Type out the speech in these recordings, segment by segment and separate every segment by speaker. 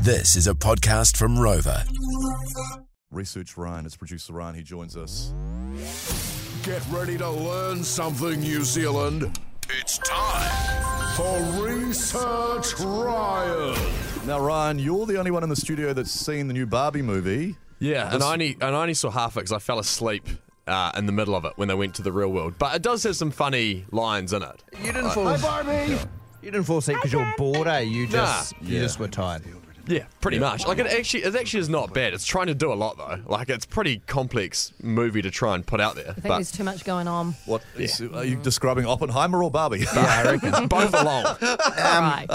Speaker 1: This is a podcast from Rover.
Speaker 2: Research Ryan, it's producer Ryan, he joins us.
Speaker 3: Get ready to learn something, New Zealand. It's time for Research Ryan.
Speaker 2: Now, Ryan, you're the only one in the studio that's seen the new Barbie movie.
Speaker 4: Yeah, and I only and I only saw half of it because I fell asleep uh, in the middle of it when they went to the real world. But it does have some funny lines in it.
Speaker 5: You didn't fall. You didn't fall asleep because you're bored, eh? You just, you
Speaker 2: Yeah.
Speaker 5: just were tired.
Speaker 4: Yeah, pretty much. Like it actually, it actually is not bad. It's trying to do a lot though. Like it's pretty complex movie to try and put out there.
Speaker 6: I think there's too much going on.
Speaker 2: What is- are you describing Oppenheimer or Barbie?
Speaker 4: I reckon it's both along.
Speaker 6: right.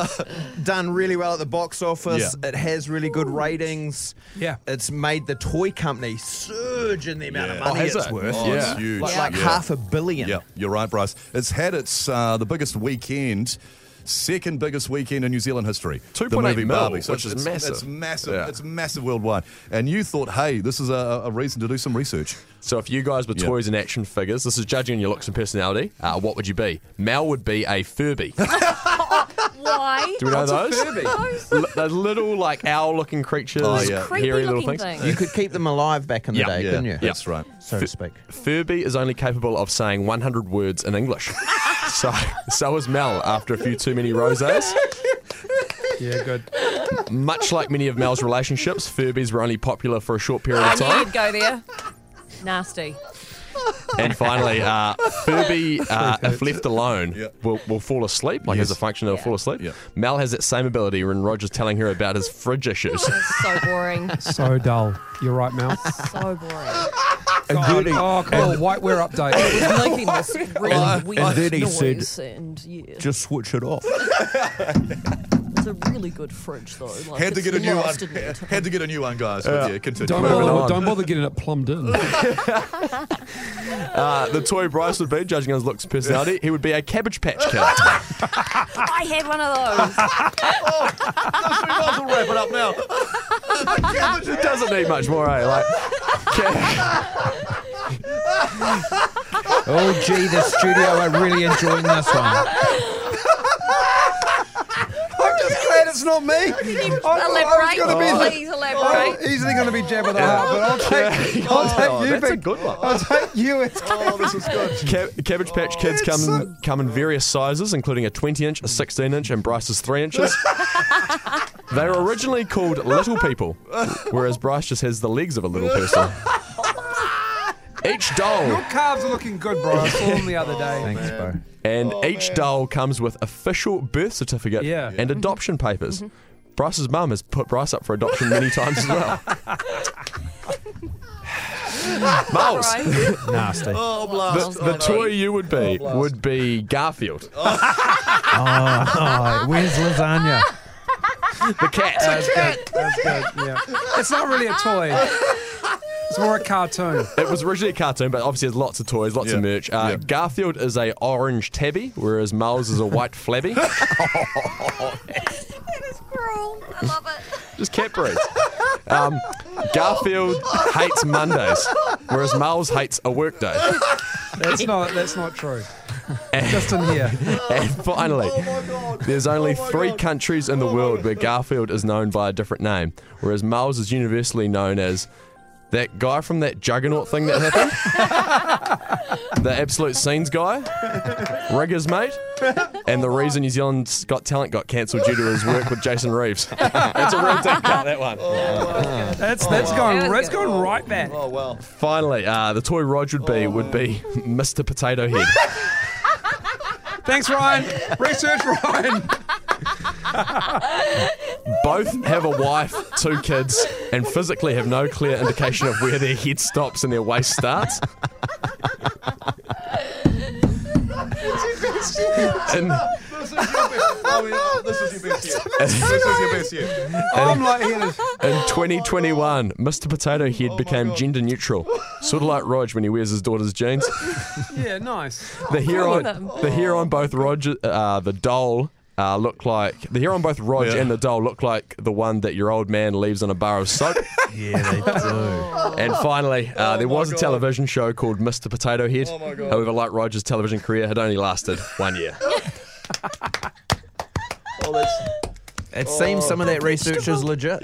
Speaker 5: Done really well at the box office.
Speaker 2: Yeah.
Speaker 5: It has really good ratings. Yeah. It's made the toy company surge in the amount of
Speaker 2: Yeah.
Speaker 5: money
Speaker 4: Oh, has
Speaker 5: it's
Speaker 4: it?
Speaker 5: worth.
Speaker 2: Oh,
Speaker 4: Yeah.
Speaker 2: it's huge.
Speaker 5: Like, like
Speaker 2: yeah.
Speaker 5: half a billion.
Speaker 2: Yeah, you're right, Bryce. It's had its uh, the biggest weekend, second biggest weekend in New Zealand history.
Speaker 4: 2.8
Speaker 2: The movie
Speaker 4: mil,
Speaker 2: Barbie,
Speaker 4: which
Speaker 2: it's-
Speaker 4: is
Speaker 2: it's-
Speaker 4: massive.
Speaker 2: It's massive.
Speaker 4: Yeah.
Speaker 2: It's massive worldwide. And you thought, hey, this is a, a reason to do some research.
Speaker 4: So if you guys were
Speaker 2: Yeah.
Speaker 4: toys and action figures, this is judging on your looks and personality. Uh, what would you be? Mal would be a Furby.
Speaker 6: Why? Oh,
Speaker 4: Do we know those?
Speaker 6: Those-
Speaker 4: L- those little like owl-looking creatures,
Speaker 2: Oh, yeah.
Speaker 6: Creepy
Speaker 4: hairy little
Speaker 6: looking
Speaker 4: things.
Speaker 6: things.
Speaker 5: You could keep them alive back in the
Speaker 4: Yeah.
Speaker 5: day,
Speaker 2: Yeah,
Speaker 5: couldn't you?
Speaker 2: that's right.
Speaker 5: So to speak.
Speaker 4: Furby is only capable of saying 100 words in English. so, so is Mel after a few too many rosés.
Speaker 5: Yeah, good.
Speaker 4: Much like many of Mel's relationships, Furbies were only popular for a short period
Speaker 6: I
Speaker 4: of
Speaker 6: knew
Speaker 4: time.
Speaker 6: you'd go there. Nasty.
Speaker 4: And finally, uh, Furby, uh, if left alone,
Speaker 2: Yeah.
Speaker 4: will, will fall asleep. Like, has a
Speaker 2: Yes.
Speaker 4: function, it'll
Speaker 6: Yeah.
Speaker 4: fall asleep.
Speaker 2: Yeah.
Speaker 4: Mel has that same ability when Roger's telling her about his fridge issues.
Speaker 6: It's so boring.
Speaker 7: So dull. You're right, Mel.
Speaker 6: So boring.
Speaker 7: Including oh, cool. Whiteware update.
Speaker 6: It was making this really weird
Speaker 5: and then he
Speaker 6: noise, and yeah,
Speaker 5: Just switch it off.
Speaker 6: it's a really good fridge though. Like,
Speaker 2: Had to
Speaker 6: it's
Speaker 2: get a new one.
Speaker 6: lost in there.
Speaker 2: Had to get a new one, guys. But yeah, continue.
Speaker 7: Don't
Speaker 4: Moving
Speaker 7: bother,
Speaker 4: on.
Speaker 7: don't bother getting it plumbed in.
Speaker 4: Uh, the toy Bryce would be, judging on his looks and personality, he would be a cabbage patch kid.
Speaker 6: I had one of those.
Speaker 2: I'll wrap it up now.
Speaker 4: It doesn't need much more, eh? Like,
Speaker 5: Oh, gee, the studio are really enjoying this one. I'm just glad it's not me. I- I was
Speaker 6: Elaborate,
Speaker 5: gonna be the-
Speaker 6: please elaborate.
Speaker 5: I'm easily going to be jab with a heart, but I'll take, I'll take you.
Speaker 4: Oh, that's a
Speaker 5: big-
Speaker 4: good one.
Speaker 5: I'll take you. It's
Speaker 2: Oh, this is good.
Speaker 4: Cab- Cabbage Patch Kids come in, come in various sizes, including a 20 inch, a 16 inch, and Bryce's 3 inches. they were originally called Little People, whereas Bryce just has the legs of a little person. Each doll,
Speaker 7: Calves are looking good, bro. I saw them the other day.
Speaker 5: Thanks, bro.
Speaker 4: and each doll comes with official birth certificate
Speaker 7: Yeah.
Speaker 4: and adoption papers. Bryce's mum has put Bryce up for adoption many times as well. Moles,
Speaker 6: Right.
Speaker 5: Nasty. Oh,
Speaker 2: Oh, blast.
Speaker 4: the, the toy you would be would be Garfield,
Speaker 5: where's lasagna?
Speaker 4: the cat. Uh,
Speaker 7: That's good. Yeah. It's not really a toy. It's more a cartoon.
Speaker 4: It was originally a cartoon, but obviously has lots of toys, lots
Speaker 2: Yeah.
Speaker 4: of merch. Uh,
Speaker 2: Yeah.
Speaker 4: Garfield is a orange tabby, whereas Miles is a white flabby.
Speaker 6: That is cruel. I love it.
Speaker 4: Just cat breeds. Um, Garfield hates Mondays, whereas Miles hates a workday.
Speaker 7: That's not. That's not true. Just in here.
Speaker 4: And finally, there's only three countries in the world where Garfield is known by a different name, whereas Miles is universally known as that guy from that juggernaut thing that happened, the absolute scenes guy, Riggers mate, and the reason New Zealand's Got Talent got cancelled due to his work with Jason Reeves. That's a real deep cut, that one.
Speaker 7: That's that's going.
Speaker 6: That was
Speaker 7: That's
Speaker 6: good.
Speaker 7: going right back.
Speaker 2: Oh, wow.
Speaker 4: Finally, uh, the toy Rog would be would be Mr. Potato Head.
Speaker 7: Thanks, Ryan. Research, Ryan.
Speaker 4: both have a wife, two kids, and physically have no clear indication of where their head stops and their waist starts. and,
Speaker 2: This is your best. I mean, this is your best year. This is your best year.
Speaker 7: I'm like here.
Speaker 4: in 2021, Mr. Potato Head became
Speaker 2: God.
Speaker 4: gender neutral, sort of like Rog when he wears his daughter's jeans.
Speaker 7: Yeah, nice.
Speaker 4: The hair on
Speaker 6: them.
Speaker 4: the hair on both Rog, uh, the doll. Uh, look like the hair on both Rog
Speaker 2: Yeah.
Speaker 4: and the doll look like the one that your old man leaves on a bar of soap.
Speaker 5: Yeah, they do.
Speaker 4: And finally, uh, there
Speaker 2: Oh my
Speaker 4: was a
Speaker 2: God.
Speaker 4: television show called Mr. Potato Head.
Speaker 2: Oh my God.
Speaker 4: However, like Roger's television career, had only lasted one year.
Speaker 2: Oh, that's,
Speaker 5: It seems some of that research is legit.